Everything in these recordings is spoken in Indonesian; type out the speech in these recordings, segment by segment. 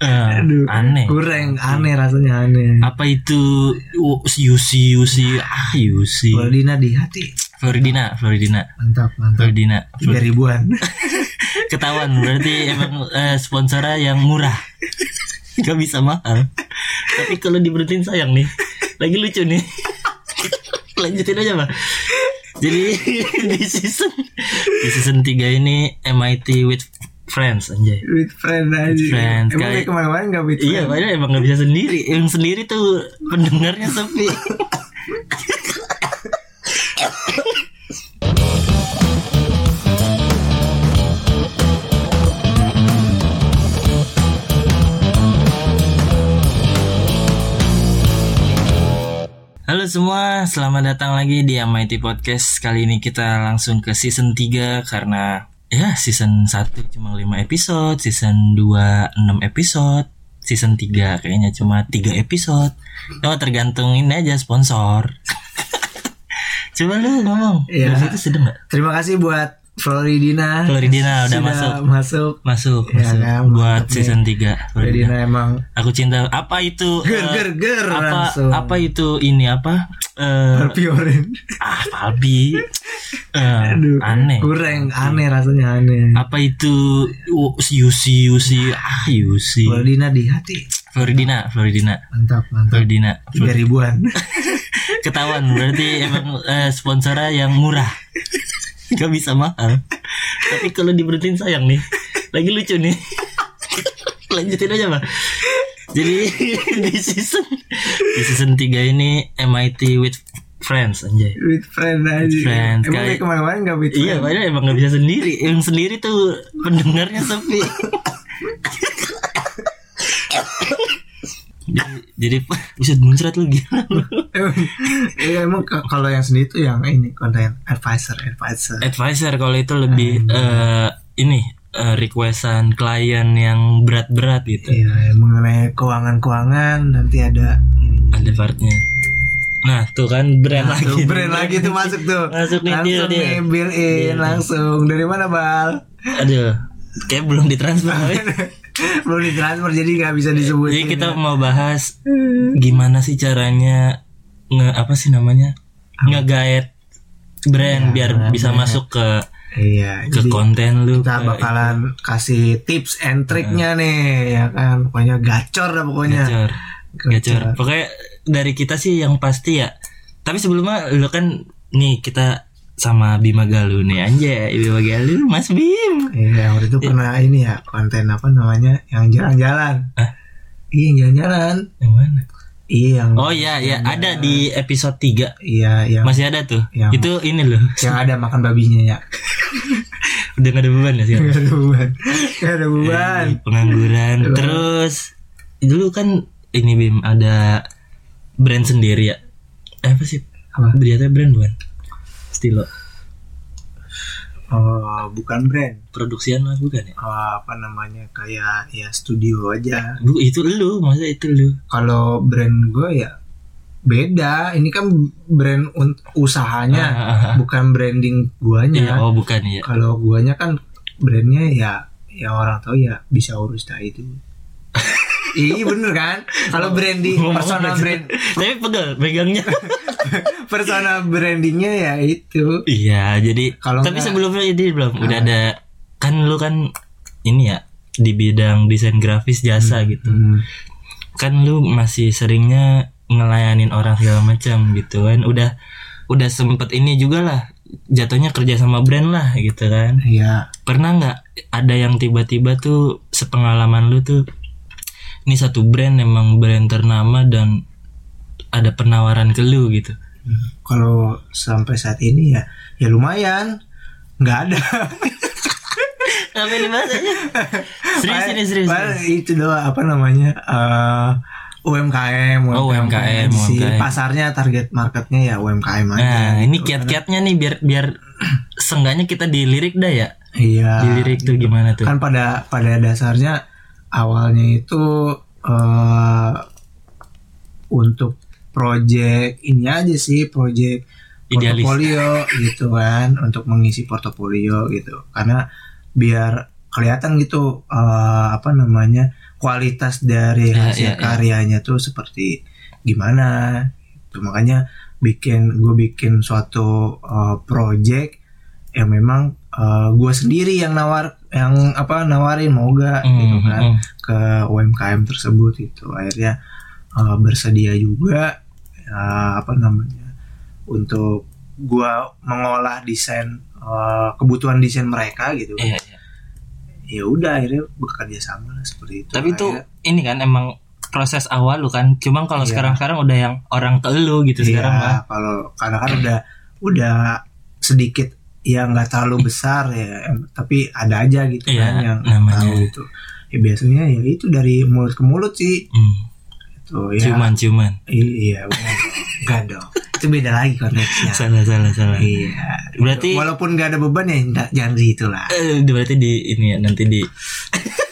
Eh, Aduh, aneh. kurang aneh rasanya aneh. Apa itu U- Yusi Yusi ah Yusi. Floridina di hati. Floridina, Floridina, Mantap, mantap. Floridina. Tiga ribuan. Ketahuan berarti emang eh, sponsornya yang murah. Gak bisa mahal. Tapi kalau diberutin sayang nih. Lagi lucu nih. Lanjutin aja, Pak. Jadi di season di season 3 ini MIT with friends anjay. With friend aja. friend, Emang kayak- kayak kemana-mana nggak with Iya, friend? padahal emang gak bisa sendiri. Yang sendiri tuh pendengarnya sepi. Halo semua, selamat datang lagi di MIT Podcast. Kali ini kita langsung ke season 3 karena ya season 1 cuma 5 episode, season 2 6 episode, season 3 kayaknya cuma 3 episode. Oh, tergantung ini aja sponsor. Coba lu ngomong. Iya. Dari situ sedang gak? Terima kasih buat Floridina. Floridina udah Sudah masuk. masuk. Masuk, Iya, masuk. kan, buat mantap nih. season 3. Floridina emang Aku cinta apa itu? ger eh, ger ger apa langsung. apa itu ini apa? Eh, Terpiorin. ah Palbi Eh, Aduh, aneh kurang aneh rasanya aneh. apa itu U- Yusi Yusi ah Yusi Floridina di hati. Floridina Floridina Mantap, mantap. Floridina Tiga ribuan. ketahuan berarti emang eh, sponsornya yang murah gak bisa mahal tapi kalau diberutin sayang nih lagi lucu nih lanjutin aja pak jadi di season di season 3 ini MIT with friends anjay with friend aja. friend, Emang kayak kayak- kemana-mana nggak with Iya, friend. padahal emang gak bisa sendiri. Yang sendiri tuh pendengarnya sepi. jadi, jadi bisa muncrat lu gila. lu. Emang, iya, emang k- kalau yang sendiri tuh yang ini konten advisor, advisor. Advisor kalau itu lebih eh, ini eh, requestan klien yang berat-berat gitu. Iya, mengenai keuangan-keuangan nanti ada Ada partnya. Nah, tuh kan brand lagi. tuh, nih. brand lagi tuh masuk tuh. Masuk nih, langsung deal, Iya, nih deal. bill in langsung. Dari mana, Bal? Aduh, kayak belum ditransfer. Belum ditransfer jadi nggak bisa Jadi disebutin. Iya, kita mau bahas gimana sih caranya nge apa sih namanya ngegaet Iya, brand biar bisa masuk ke Iya, ke jadi konten lu. kita ke- bakalan kasih tips and triknya Iya. nih ya kan pokoknya gacor dah pokoknya gacor, iya. gacor. Pokoknya dari kita sih yang pasti ya. Tapi sebelumnya lu kan nih kita sama Bima Galuh nih anjay Bima Galuh Mas Bim. Iya, waktu itu pernah ini ya konten apa namanya yang jalan-jalan. Hah? Iya, yang jalan-jalan. Yang mana? Iya, yang Oh iya ya ada di episode 3 iya yang masih ada tuh. Yang- Itu ini loh. yang ada makan babinya ya. Udah gak ada beban ya sih. Gak ada beban. Gak ada beban. Iya, pengangguran terus dulu kan ini Bim ada brand sendiri ya eh, apa sih Apa? Jatuhnya brand bukan stilo Oh, bukan brand. produksian lah bukan ya Oh, apa namanya kayak ya studio aja. Bu, itu lu masa itu lu Kalau brand gue ya beda. Ini kan brand un- usahanya Ah, ah, ah. bukan branding Iya, guanya. oh bukan ya Kalau guanya kan brandnya ya ya orang tahu ya bisa urus dah itu. Iya bener kan? Kalau branding personal brand tapi pegel pegangnya personal brandingnya ya itu. iya jadi Kalau tapi enggak- sebelumnya ini belum udah ada kan lu kan ini ya di bidang desain grafis jasa gitu Hmm, kan lu masih seringnya ngelayanin orang segala macam gitu kan udah udah sempet ini juga lah jatuhnya kerja sama brand lah gitu kan Iya. pernah nggak ada yang tiba-tiba tuh sepengalaman lu tuh ini satu brand emang brand ternama dan ada penawaran ke lu gitu Kalau sampai saat ini ya ya lumayan nggak ada. apa ini bahasanya serius ini serius Padahal itu doang apa namanya? eh, UMKM, Oh, UMKM, Si UMKM. pasarnya target marketnya ya UMKM aja. nah ini kiat-kiatnya nih biar biar sengganya kita dilirik dah ya Iya. dilirik tuh gimana tuh kan pada pada dasarnya awalnya itu eh untuk project ini aja sih project Idealis. portofolio gitu kan untuk mengisi portofolio gitu karena biar kelihatan gitu eh apa namanya kualitas dari Ya, ya, hasil ya. karyanya tuh seperti gimana itu makanya bikin gue bikin suatu eh, project yang memang gue sendiri yang nawar yang apa nawarin mau gak gitu Mm, kan mm. ke UMKM tersebut itu akhirnya eh, bersedia juga eh, apa namanya untuk gua mengolah desain eh, kebutuhan desain mereka gitu kan. Iya, iya. ya udah akhirnya bekerja sama lah seperti itu Tapi itu Akhirnya- ini kan emang proses awal lu kan. Cuman kalau Iya. sekarang-sekarang udah yang orang ke lu gitu Iya, sekarang mah. kalau karena kan udah udah sedikit ya nggak terlalu besar ya em- tapi ada aja gitu Iya, kan yang namanya. tahu itu ya biasanya ya itu dari mulut ke mulut sih Hmm, tuh ya Ciuman-ciuman. I- iya bukan. enggak dong itu beda lagi konteksnya Salah salah salah. iya Berarti walaupun nggak ada beban ya nggak jangan gitu lah eh, berarti di ini ya nanti di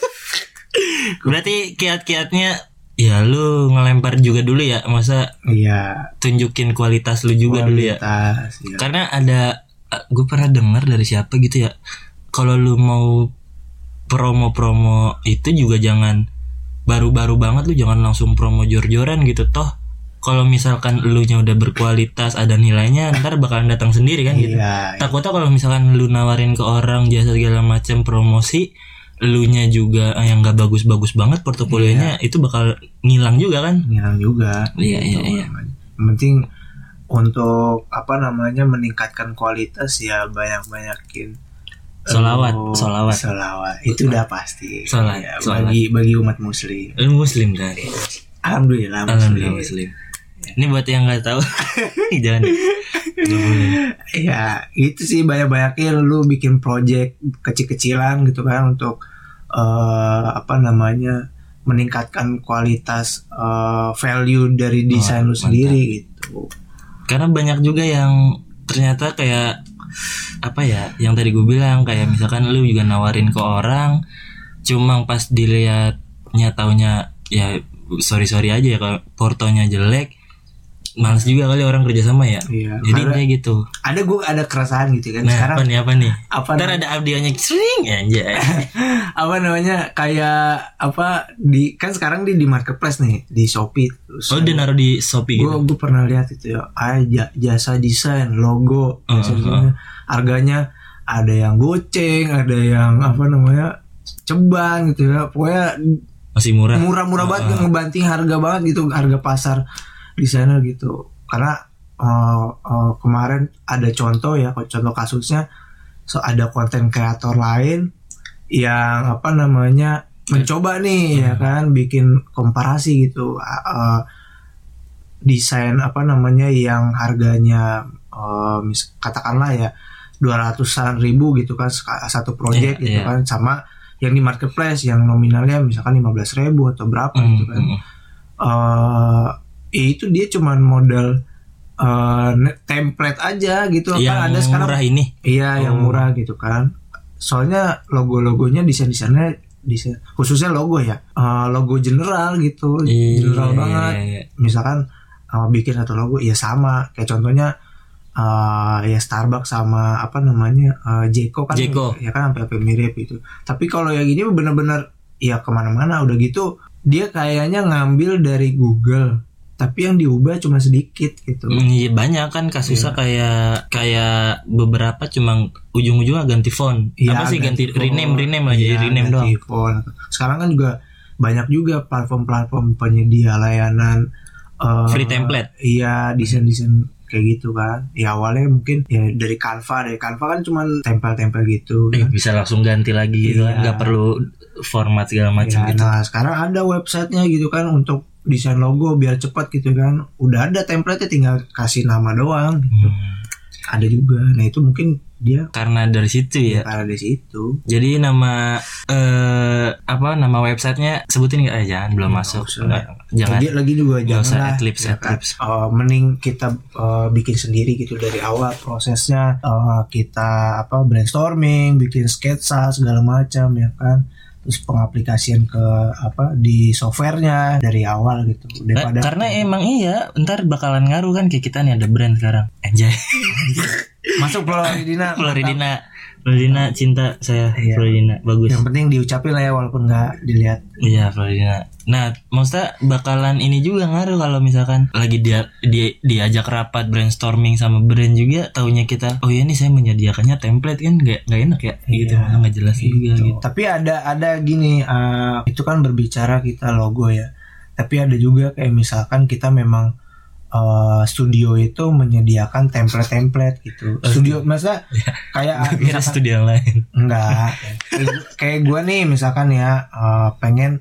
Berarti kiat-kiatnya ya lu ngelempar juga dulu ya. Masa iya tunjukin kualitas lu juga dulu ya. kualitas, iya. Karena ada gue pernah dengar dari siapa gitu ya. Kalau lu mau promo-promo itu juga jangan baru-baru banget lu jangan langsung promo jor-joran gitu toh. Kalau misalkan lu nya udah berkualitas ada nilainya ntar bakalan datang sendiri kan gitu. iya Takutnya kalau misalkan lu nawarin ke orang jasa segala macam promosi lu nya juga eh, yang gak bagus-bagus banget portofolionya Iya. itu bakal ngilang juga kan. ngilang juga Iya, iya, iya. namanya. Yang penting untuk apa namanya meningkatkan kualitas ya banyak banyakin Solawat, solawat. solawat itu udah pasti Solat, Ya, solat. bagi bagi umat muslim Lu muslim kan. alhamdulillah Alhamdulillah muslim muslim. Iya. Ini buat yang nggak tahu, jangan. Nggak boleh. ya itu sih banyak banyakin lu bikin project kecil kecilan gitu kan untuk eh, apa namanya meningkatkan kualitas eh, value dari desain Oh, lu mantap. sendiri gitu Karena banyak juga yang ternyata kayak apa ya, yang tadi gue bilang kayak misalkan lu juga nawarin ke orang, cuma pas dilihatnya taunya ya sorry sorry aja ya kalau portonya jelek, males juga kali orang kerja sama ya. Iya, Jadi karena- kayak gitu. ada gue ada kerasaan gitu kan Nah, sekarang apa nih apa nih? apa Ntar ada audionya swing anjay. eh. apa namanya kayak apa di kan sekarang di di marketplace nih di Shopee terus Oh, dia naruh di Shopee gue gitu. gue pernah lihat itu ya aja jasa desain logo Heeh, jasa desainnya. harganya ada yang goceng ada yang apa namanya ceban gitu ya pokoknya Masih murah. murah-murah banget Ah. ngebanting harga banget gitu harga pasar desainer gitu karena eh, eh, kemarin ada contoh ya contoh kasusnya so ada konten kreator lain yang apa namanya mencoba Hmm. nih ya kan bikin komparasi gitu A- eh, desain apa namanya yang harganya eh, mis- katakanlah ya 200-an ribu gitu kan seka- satu Iya, project gitu iya. kan sama yang di marketplace yang nominalnya misalkan 15 ribu atau berapa Mm, gitu kan mm, mm. eh ya itu dia cuman modal eh, ne- template aja gitu kan Iya, Yang ada sekarang murah ini. iya yang Oh. murah gitu kan soalnya logo-logonya desain-desainnya desain khususnya logo ya eh, logo general gitu Iya, general banget iya, iya. misalkan eh, bikin satu logo ya sama kayak contohnya eh, ya Starbucks sama apa namanya eh, Jeko kan Jeko. ya kan hampir-hampir mirip gitu tapi kalau yang ini bener-bener ya kemana-mana udah gitu dia kayaknya ngambil dari Google tapi yang diubah cuma sedikit gitu Mm, Iya banyak kan kasusnya kayak kayak beberapa cuma ujung-ujungnya ganti font. Iya, Apa sih ganti, font. rename rename aja Iya, jadi rename doang. ganti font. Sekarang kan juga banyak juga platform-platform penyedia layanan eh, Free template. Iya, desain-desain kayak gitu kan. Ya awalnya mungkin ya dari Canva, dari Canva kan cuman tempel-tempel gitu. Eh, bisa langsung ganti lagi gitu kan Iya. nggak perlu format segala macam Ya, gitu. Nah sekarang ada websitenya gitu kan untuk desain logo biar cepat gitu kan. Udah ada template-nya tinggal kasih nama doang. gitu. Hmm, Ada juga. Nah itu mungkin dia Karena dari situ ya. karena dari situ. Jadi nama eh apa nama websitenya sebutin nggak? Eh, jangan belum masuk. usah. Nggak, jangan. Lagi, lagi juga Ya kan? Nggak usah janganlah adlibs, ya kan. adlibs. Eh, mending kita eh, bikin sendiri gitu dari awal prosesnya eh, kita apa brainstorming, bikin sketsa segala macam ya kan. Terus pengaplikasian ke apa di softwarenya dari awal gitu. Eh, Daripada karena emang iya, ntar bakalan ngaruh kan kayak kita nih ada brand sekarang. Anjay. masuk Floridina. Floridina Floridina cinta saya Iya. Floridina bagus. Yang penting diucapin lah ya walaupun nggak dilihat. Iya Floridina. Nah, maksudnya bakalan ini juga ngaruh kalau misalkan lagi dia, dia diajak rapat brainstorming sama brand juga, taunya kita, oh iya nih saya menyediakannya template kan nggak nggak enak ya, gitu Iya, malah nggak jelas juga Gitu. gitu. Tapi ada ada gini eh, itu kan berbicara kita logo ya. Tapi ada juga kayak misalkan kita memang eh, studio itu menyediakan template-template gitu. Studio masa kayak Kira studi yang lain. Enggak. Kayak- Kayak gue nih misalkan ya eh, pengen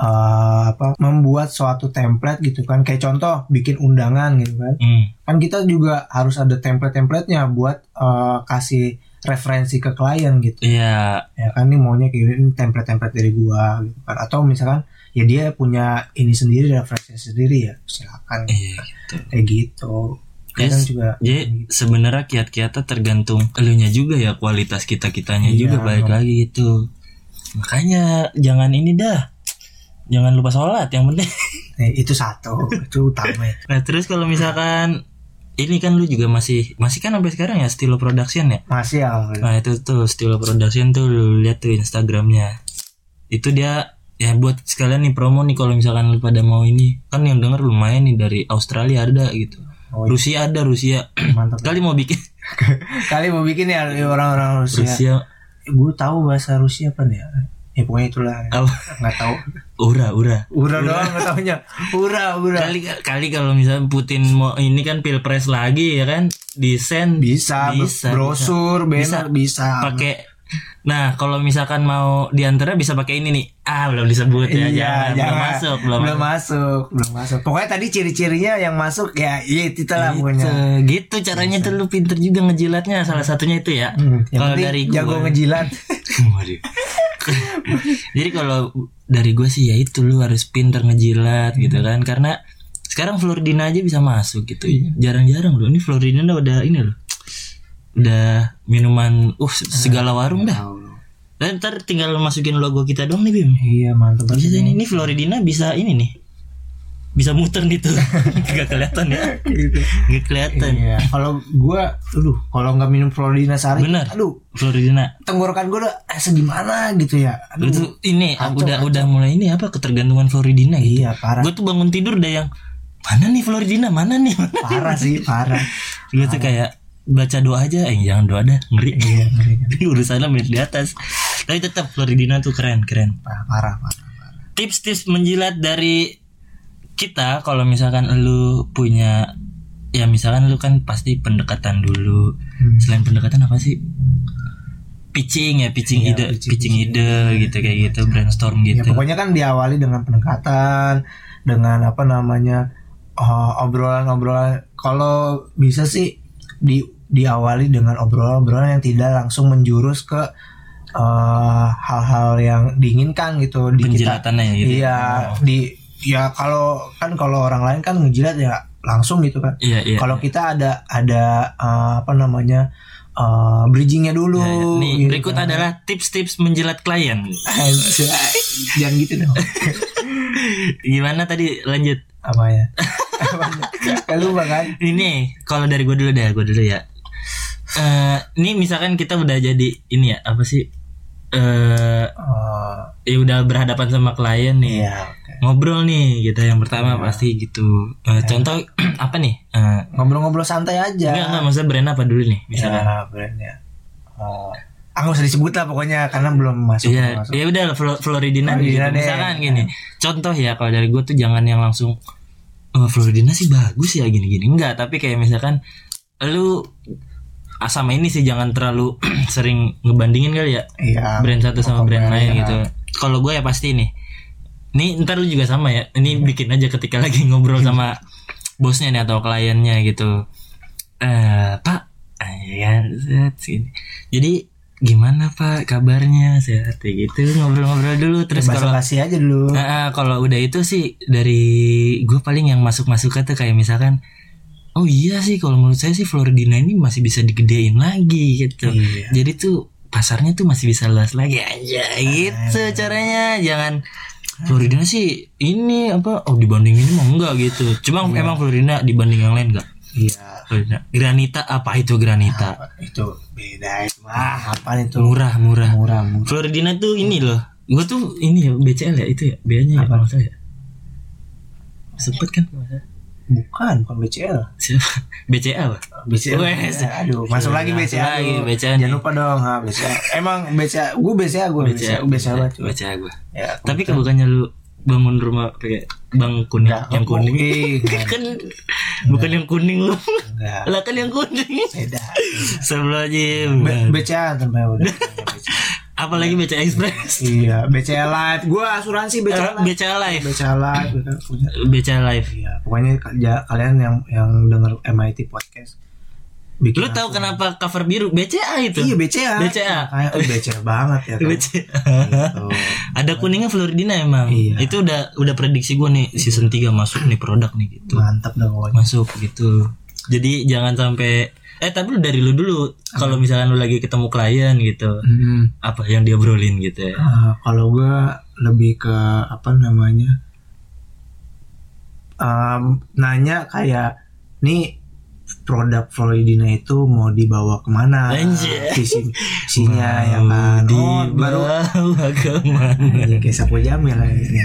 eh, apa membuat suatu template gitu kan. Kayak contoh bikin undangan gitu kan. Hmm. Kan kita juga harus ada template-templatenya buat eh, kasih referensi ke klien gitu. Iya, Ya kan nih maunya kayak gini, ini template-template dari gua gitu kan. Atau misalkan ya dia punya ini sendiri referensi sendiri ya silakan iya. kayak gitu. Kadang Yes. juga Jadi sebenarnya kiat-kiatnya tergantung elunya juga ya kualitas kita kitanya Iya. juga balik lagi gitu. Makanya jangan ini dah, jangan lupa sholat yang penting. eh, itu satu itu utama ya. Nah terus kalau misalkan ini kan lu juga masih masih kan sampai sekarang ya Stilo Production ya. Masih ya. Nah itu tuh Stilo Production tuh lu lihat tuh Instagramnya. Itu dia ya buat sekalian nih promo nih kalau misalkan lu pada mau ini kan yang denger lumayan nih dari Australia ada gitu. Oh, iya. Rusia ada Rusia. Mantap. Kali mau bikin kali mau bikin ya orang-orang Rusia. Rusia Ibu tahu bahasa Rusia apa nih? Ya pokoknya itulah. apa? Nggak tahu. Ura ura. Ura doang nggak tahunya. Ura, ura. Kali kali kalau misalnya Putin mau ini kan pilpres lagi ya kan desain Bisa, Bisa, brosur, banner bisa. pakai nah kalau misalkan mau diantara bisa pakai ini nih ah belum disebut ya Iya, jangan, belum jangan. masuk belum, belum masuk, belum masuk. Pokoknya tadi ciri-cirinya yang masuk ya, iya itu lah gitu, pokoknya. gitu caranya tuh lu pinter juga ngejilatnya salah satunya itu ya Hmm, yang kalau penting dari gua jago ngejilat. Waduh. jadi kalau dari gue sih ya itu lu harus pinter ngejilat gitu kan karena sekarang Floridina aja bisa masuk gitu jarang-jarang loh ini Floridina udah ini loh udah minuman uh segala warung dah dan ntar tinggal masukin logo kita doang nih Bim iya mantap Bisa banget. ini, ini Floridina bisa ini nih. Bisa muter nih tuh. Gak kelihatan ya. Gitu. Gak kelihatan. Iya. Kalau gua, aduh, kalau nggak minum Florida sehari, Bener. aduh, Floridina. tenggorokan gua udah eh, segimana gitu ya. Aduh, Itu ini udah udah mulai ini apa ketergantungan Floridina gitu. iya parah. Gue tuh bangun tidur udah yang mana nih Floridina? Mana nih? Mana? parah sih parah Gue tuh kayak baca doa aja, eh jangan doa dah, ngeri. iya ngeri, ngeri. Urusannya menit di atas. Tapi tetap Floridina tuh keren, keren. parah Nah, parah parah parah. tips-tips menjilat dari kita kalau misalkan lu punya ya misalkan lu kan pasti pendekatan dulu Hmm. selain pendekatan apa sih pitching ya pitching Iya, ide pitching, pitching, ide gitu kayak gitu brainstorm ya gitu pokoknya kan diawali dengan pendekatan dengan apa namanya oh, obrolan-obrolan kalau bisa sih di diawali dengan obrolan-obrolan yang tidak langsung menjurus ke eh, hal-hal yang diinginkan gitu di kita penjilatannya ya gitu iya di ya kalau kan kalau orang lain kan ngejilat ya langsung gitu kan iya iya kalau kita ada ada eh, apa namanya eh, bridgingnya dulu Iya, iya. nih gitu berikut kan. adalah tips-tips menjilat klien Anjay. Jangan gitu dong. gimana tadi lanjut Apa ya? Kayak lupa kan? ini kalau dari gue dulu deh gue dulu ya Eh, ini misalkan kita udah jadi ini ya apa sih eh Oh, ya udah berhadapan sama klien nih iya. oke. ngobrol nih gitu yang pertama pasti gitu Eh, contoh apa nih Eh, Ngobrol-ngobrol santai aja. enggak enggak maksudnya brand apa dulu nih misalnya Ya, brandnya. Oh. Ah, nggak usah disebut lah pokoknya karena belum masuk. Iya, belum masuk. ya udah Flo- Floridina, deh, Floridina gitu. deh. Iya. misalkan gini. Contoh ya kalau dari gue tuh jangan yang langsung "Eh, Floridina sih bagus ya gini-gini. Enggak, tapi kayak misalkan lu ah, sama ini sih jangan terlalu sering ngebandingin kali ya Iya. brand satu sama Sama brand brand, lain ya. gitu. Kalau gue ya pasti nih. Nih ntar lu juga sama ya. Ini bikin aja ketika lagi ngobrol sama bosnya nih atau kliennya gitu. Eh Pak, Ah, ya set, sini. Jadi gimana Pak kabarnya sehat ya gitu ngobrol-ngobrol dulu terus Bahasa kalau kasih aja dulu. Nah, ah, kalau udah itu sih dari gue paling yang masuk masuknya tuh kayak misalkan oh iya sih kalau menurut saya sih Floridina ini masih bisa digedein lagi gitu. Iya. Jadi tuh pasarnya tuh masih bisa luas lagi aja gitu caranya jangan Floridina sih ini apa oh dibanding ini mah enggak gitu. Cuma emang Floridina dibanding yang lain enggak. Iya. Beda. Granita apa itu Granita? Itu beda itu mah apa itu Murah murah. murah murah. Florida tuh ini loh. Gue Oh. tuh ini ya BCL ya itu ya biayanya ya Apa? kalau nggak salah ya. Sempet kan? Bukan bukan BCL. Siapa? BCL. BCL. Wes. Ya, aduh, masuk lagi Masuk BCA. lagi aduh. BCA nih. Jangan lupa dong, ha, BCA. Emang BCA, gue BCA gue BCA, gue BCA banget. cuy. BCL gue. Ya, Tapi kan bukannya lu bangun rumah pakai bang kuning Nggak, yang kuning? nggak, kan bukan yang kuning lu. nggak. Lah kan yang kuning. Beda. Sebelum B- BCA sampai udah. apalagi baca Express. Iya, BCA Live. Gue asuransi BCA Live. BCA Live. BCA Live. gitu, punya. BCA Live. Iya, pokoknya ka- ja- kalian yang yang denger MIT podcast bikin Lu tahu kenapa cover biru BCA itu? Iya BCA. BCA. Kayak eh, BCA banget ya. kan. BCA. Gitu. Ada kuningnya Floridina emang. Iya. Itu udah udah prediksi gue nih season 3 masuk nih produk nih gitu. Mantap dong pokoknya. Masuk gitu. Jadi jangan sampai eh tapi lu dari lu dulu kalau misalkan lu lagi ketemu klien gitu Hmm. apa yang dia brolin gitu ya. Eh, kalau gue lebih ke apa namanya em, nanya kayak nih produk Floridina itu mau dibawa kemana Anjir. visi visinya ya kan Di oh, baru bawah kemana? Anjing, kayak sapu jamil lah ini.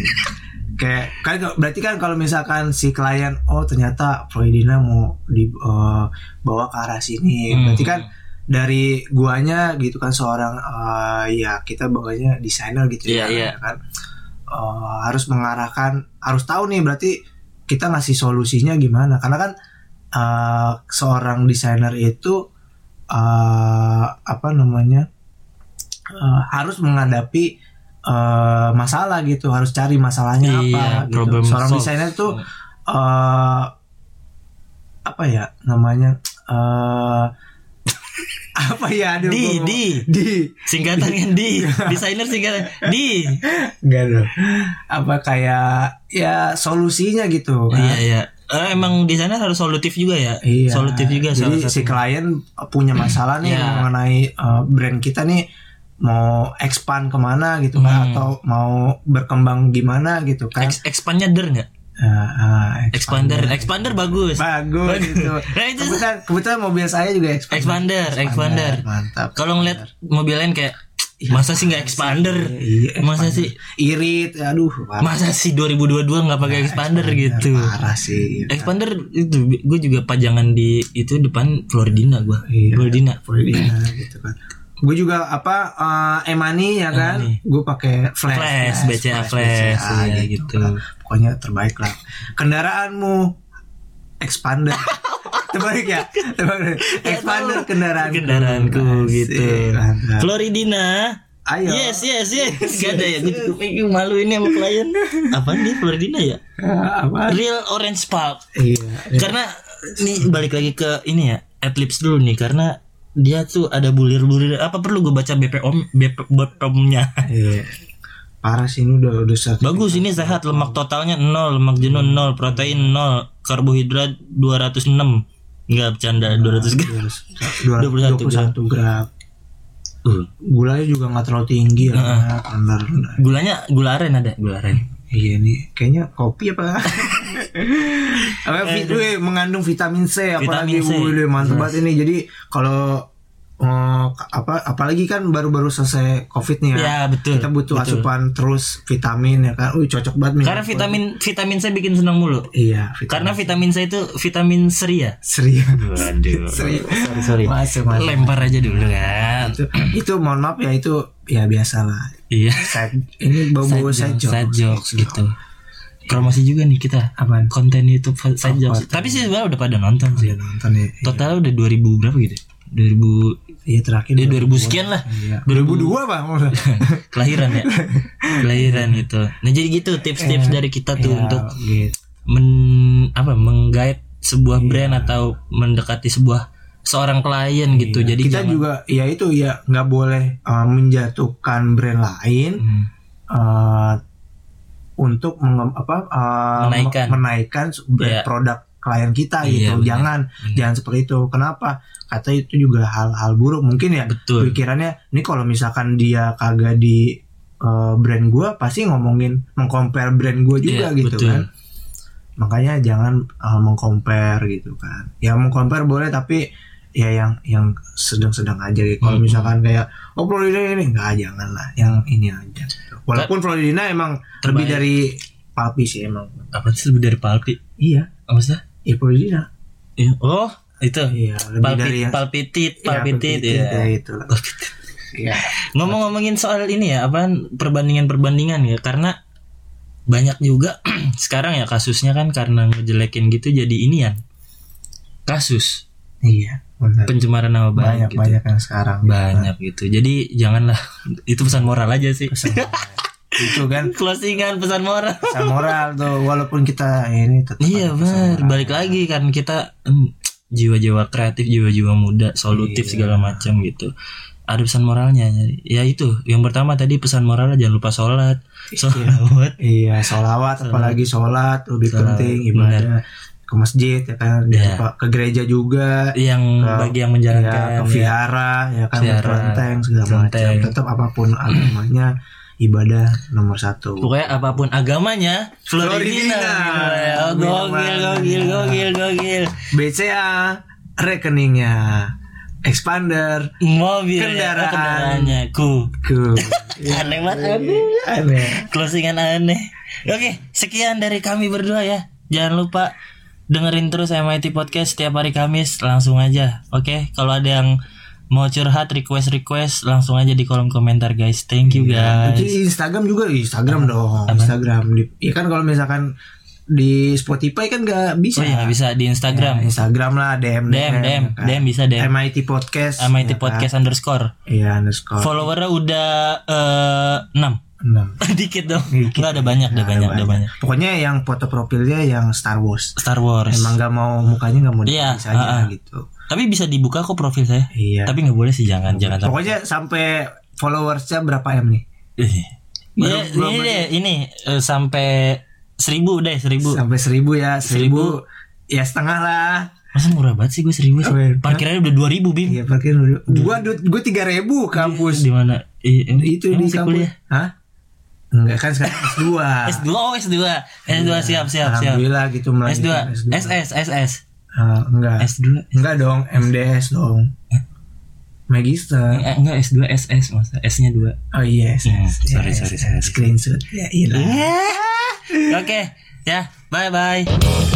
kayak kan berarti kan kalau misalkan si klien oh ternyata Floridina mau dibawa ke arah sini Hmm. berarti kan dari guanya gitu kan seorang eh, ya kita banganya desainer gitu Iya, ya iya. kan Eh, harus mengarahkan harus tahu nih berarti kita ngasih solusinya gimana karena kan eh, seorang desainer itu eh, apa namanya eh, harus menghadapi eh, masalah gitu harus cari Iya, masalahnya apa gitu problem seorang solve. Hmm. desainer tuh eh apa ya namanya eh apa ya Hmm. aduh Di gua mau- di di singkatan kan di desainer singkatan di enggak dong apa kayak ya solusinya gitu kan iya iya Eh, emang di sana harus solutif juga ya Iya. solutif juga salah Jadi satu si klien punya masalah nih Iya. mengenai uh, brand kita nih mau expand kemana gitu Hmm. kan atau mau berkembang gimana gitu kan? Ex expandnya der nggak Ah, ah, expander expander bagus Bagus gitu. Nah, itu- kebetulan, kebetulan mobil saya juga expander. expander expander Mantap. kalau ngeliat mobil lain kayak masa sih nggak expander Iya, masa sih irit, aduh. parah. masa sih 2022 nggak pakai expander gitu Parah sih. expander itu gue juga pajangan di itu depan Floridina gue Iya. Floridina Floridina gitu kan. Gue juga apa eh, Emani ya kan, gue pakai flash, Flash, BCA flash, iya, gitu. kan. Pokoknya terbaik lah. Kendaraanmu expander, terbaik ya, terbaik. Expander Nah, kendaraan, kendaraanku gitu Iya. Floridina kan, Ayo, Yes, yes, yes. Gak ada ya. Gue cukup eh, malu ini sama klien. Apaan nih Floridina ya? Ah, apa? Real Orange Pulp. Iya, Eh, Karena nih balik lagi ke ini ya, Adlibs dulu nih karena dia tuh ada bulir-bulir apa perlu gue baca BPOM BP, BPOM-nya. iya. Parah sih ini udah udah satu. Bagus ini sehat lemak totalnya 0, lemak jenuh 0, protein 0, karbohidrat 206. Enggak bercanda 200 gram. 21 21 gram. gram. Uh, Gulanya juga nggak terlalu tinggi ya, rendah rendah. Gulanya gula aren ada, gula aren. Iya nih, kayaknya kopi apa? apa vit- weh, mengandung vitamin C apalagi Eh, Vitamin C. wih, mantep banget ini. Jadi kalau eh, apa apalagi kan baru-baru selesai Covid nih ya. Ya, betul. Kita butuh asupan terus vitamin ya kan. Wih, cocok banget nih. Karena vitamin vitamin saya bikin senang mulu. Iya, vitamin. Karena vitamin saya itu vitamin seri ya. Serius. Waduh. Sorry, sorry. Masuk, masuk. Lempar aja dulu kan. Itu, itu mohon maaf ya itu ya biasalah. Iya. Side, ini bau-bau side joke. Side jokes gitu. Promosi juga nih kita. Apaan? Konten YouTube side jokes. Tapi sih sebenarnya udah pada nonton sih. Dia nonton ya. Totalnya udah 2000 berapa gitu? 2000 Iya terakhir. ya 2000 sekian lah. Iya. 2002 Pak. maksudnya. Kelahiran ya. Kelahiran itu. Nah, jadi gitu Iya. tips-tips dari kita tuh untuk gitu. men apa menggait sebuah Iya. brand atau mendekati sebuah seorang klien gitu. Jadi Iya. kita jangan- juga ya itu ya nggak boleh uh, menjatuhkan brand lain Hmm. uh, untuk menge- apa uh, Menaikkan. me- menaikkan su- Iya. brand- produk klien kita Iya, gitu benar. jangan jangan seperti itu kenapa kata itu juga hal-hal buruk mungkin ya Betul. pikirannya ini kalau misalkan dia kagak di eh, uh, brand gua pasti ngomongin mengcompare brand gua juga Iya, gitu betul. kan makanya jangan eh, mengcompare gitu kan ya mengcompare boleh tapi ya yang yang sedang-sedang aja gitu kalau Hmm. misalkan kayak oh Florida ini enggak jangan lah yang ini aja walaupun Florida emang lebih Terbaik. dari papi sih emang Apa sih lebih dari palpi? iya Apa sih? ya Florida Iya. Oh, itu. iya lebih Palpit, dari yang palpitit, ya, palpitit, ya. ya itu lah Palpitit. Iya. Ngomong-ngomongin soal ini ya, apaan perbandingan-perbandingan ya, karena banyak juga sekarang ya kasusnya kan karena ngejelekin gitu jadi ini ya kasus iya benar pencemaran nama baik banyak gitu. banyak yang sekarang banyak gitu jadi janganlah itu pesan moral aja sih itu kan closingan pesan moral pesan moral tuh walaupun kita ini tetap iya ada pesan benar moral. balik lagi kan kita mm, jiwa-jiwa kreatif jiwa-jiwa muda solutif Iya. segala macam gitu ada pesan moralnya ya itu yang pertama tadi pesan moralnya jangan lupa sholat sholawat iya solawat apalagi sholat lebih Sholat, penting ibadah ke masjid ya kan Iya. Lupa- ke gereja juga yang Ke- bagi yang ya, ke menjalankan ya. viara ya kan Viara, kelenteng segala macam kelenteng. tetap apapun agamanya ibadah nomor satu pokoknya apapun agamanya Floridina, Floridina. gitu ya. Oh, gokil gokil gokil gokil BCA rekeningnya expander mobil Kendaraan. Iya, kendaraannya ku ke aneh banget aduh. aneh closingan aneh. Oke, sekian dari kami berdua ya. Jangan lupa dengerin terus MIT Podcast setiap hari Kamis langsung aja. Oke, kalau ada yang mau curhat, request request langsung aja di kolom komentar guys. Thank you guys. Di Instagram juga Instagram dong Instagram di, ya kan kalau misalkan di Spotify kan nggak Oh bisa ya nggak bisa di Instagram. Iya, Instagram lah DM DM DM kan. DM bisa DM. MIT podcast MIT Ah, Podcast underscore. iya underscore Followernya udah eh, 6 enam Dikit dong. Iya, Dikit. Nah, Enggak ada banyak, ada banyak, ada banyak. pokoknya yang foto profilnya yang Star Wars Star Wars. emang nggak mau mukanya nggak mau Iya, dipisah aja ah, ah. gitu Tapi bisa dibuka kok profil saya. iya Tapi nggak boleh sih jangan, jangan sampai. pokoknya sampai followersnya berapa m nih Ih. Baru- Ini- belum ini lagi. deh, Iya. ini eh, sampai seribu deh seribu. sampai seribu ya seribu, ya setengah lah Masa murah banget sih gue seribu sih. Oke. Parkirannya udah dua ribu bim. iya parkir dulu gua Iya. du- gua tiga ribu kampus Di mana? I- em- itu emang di sih kampus kuliah? Hah? enggak kan sekarang S 2 S2 oh S2 S2 siap siap siap Iya, Alhamdulillah gitu S2 melanjutkan S2. SS SS Ah, enggak S2 Enggak dong, MDS dong. Magister. eh, enggak S2 SS masa S nya 2 Oh iya, Hmm, yes, sorry, yes, sorry, yes. Screenshot. Ya, iya. Oke ya bye bye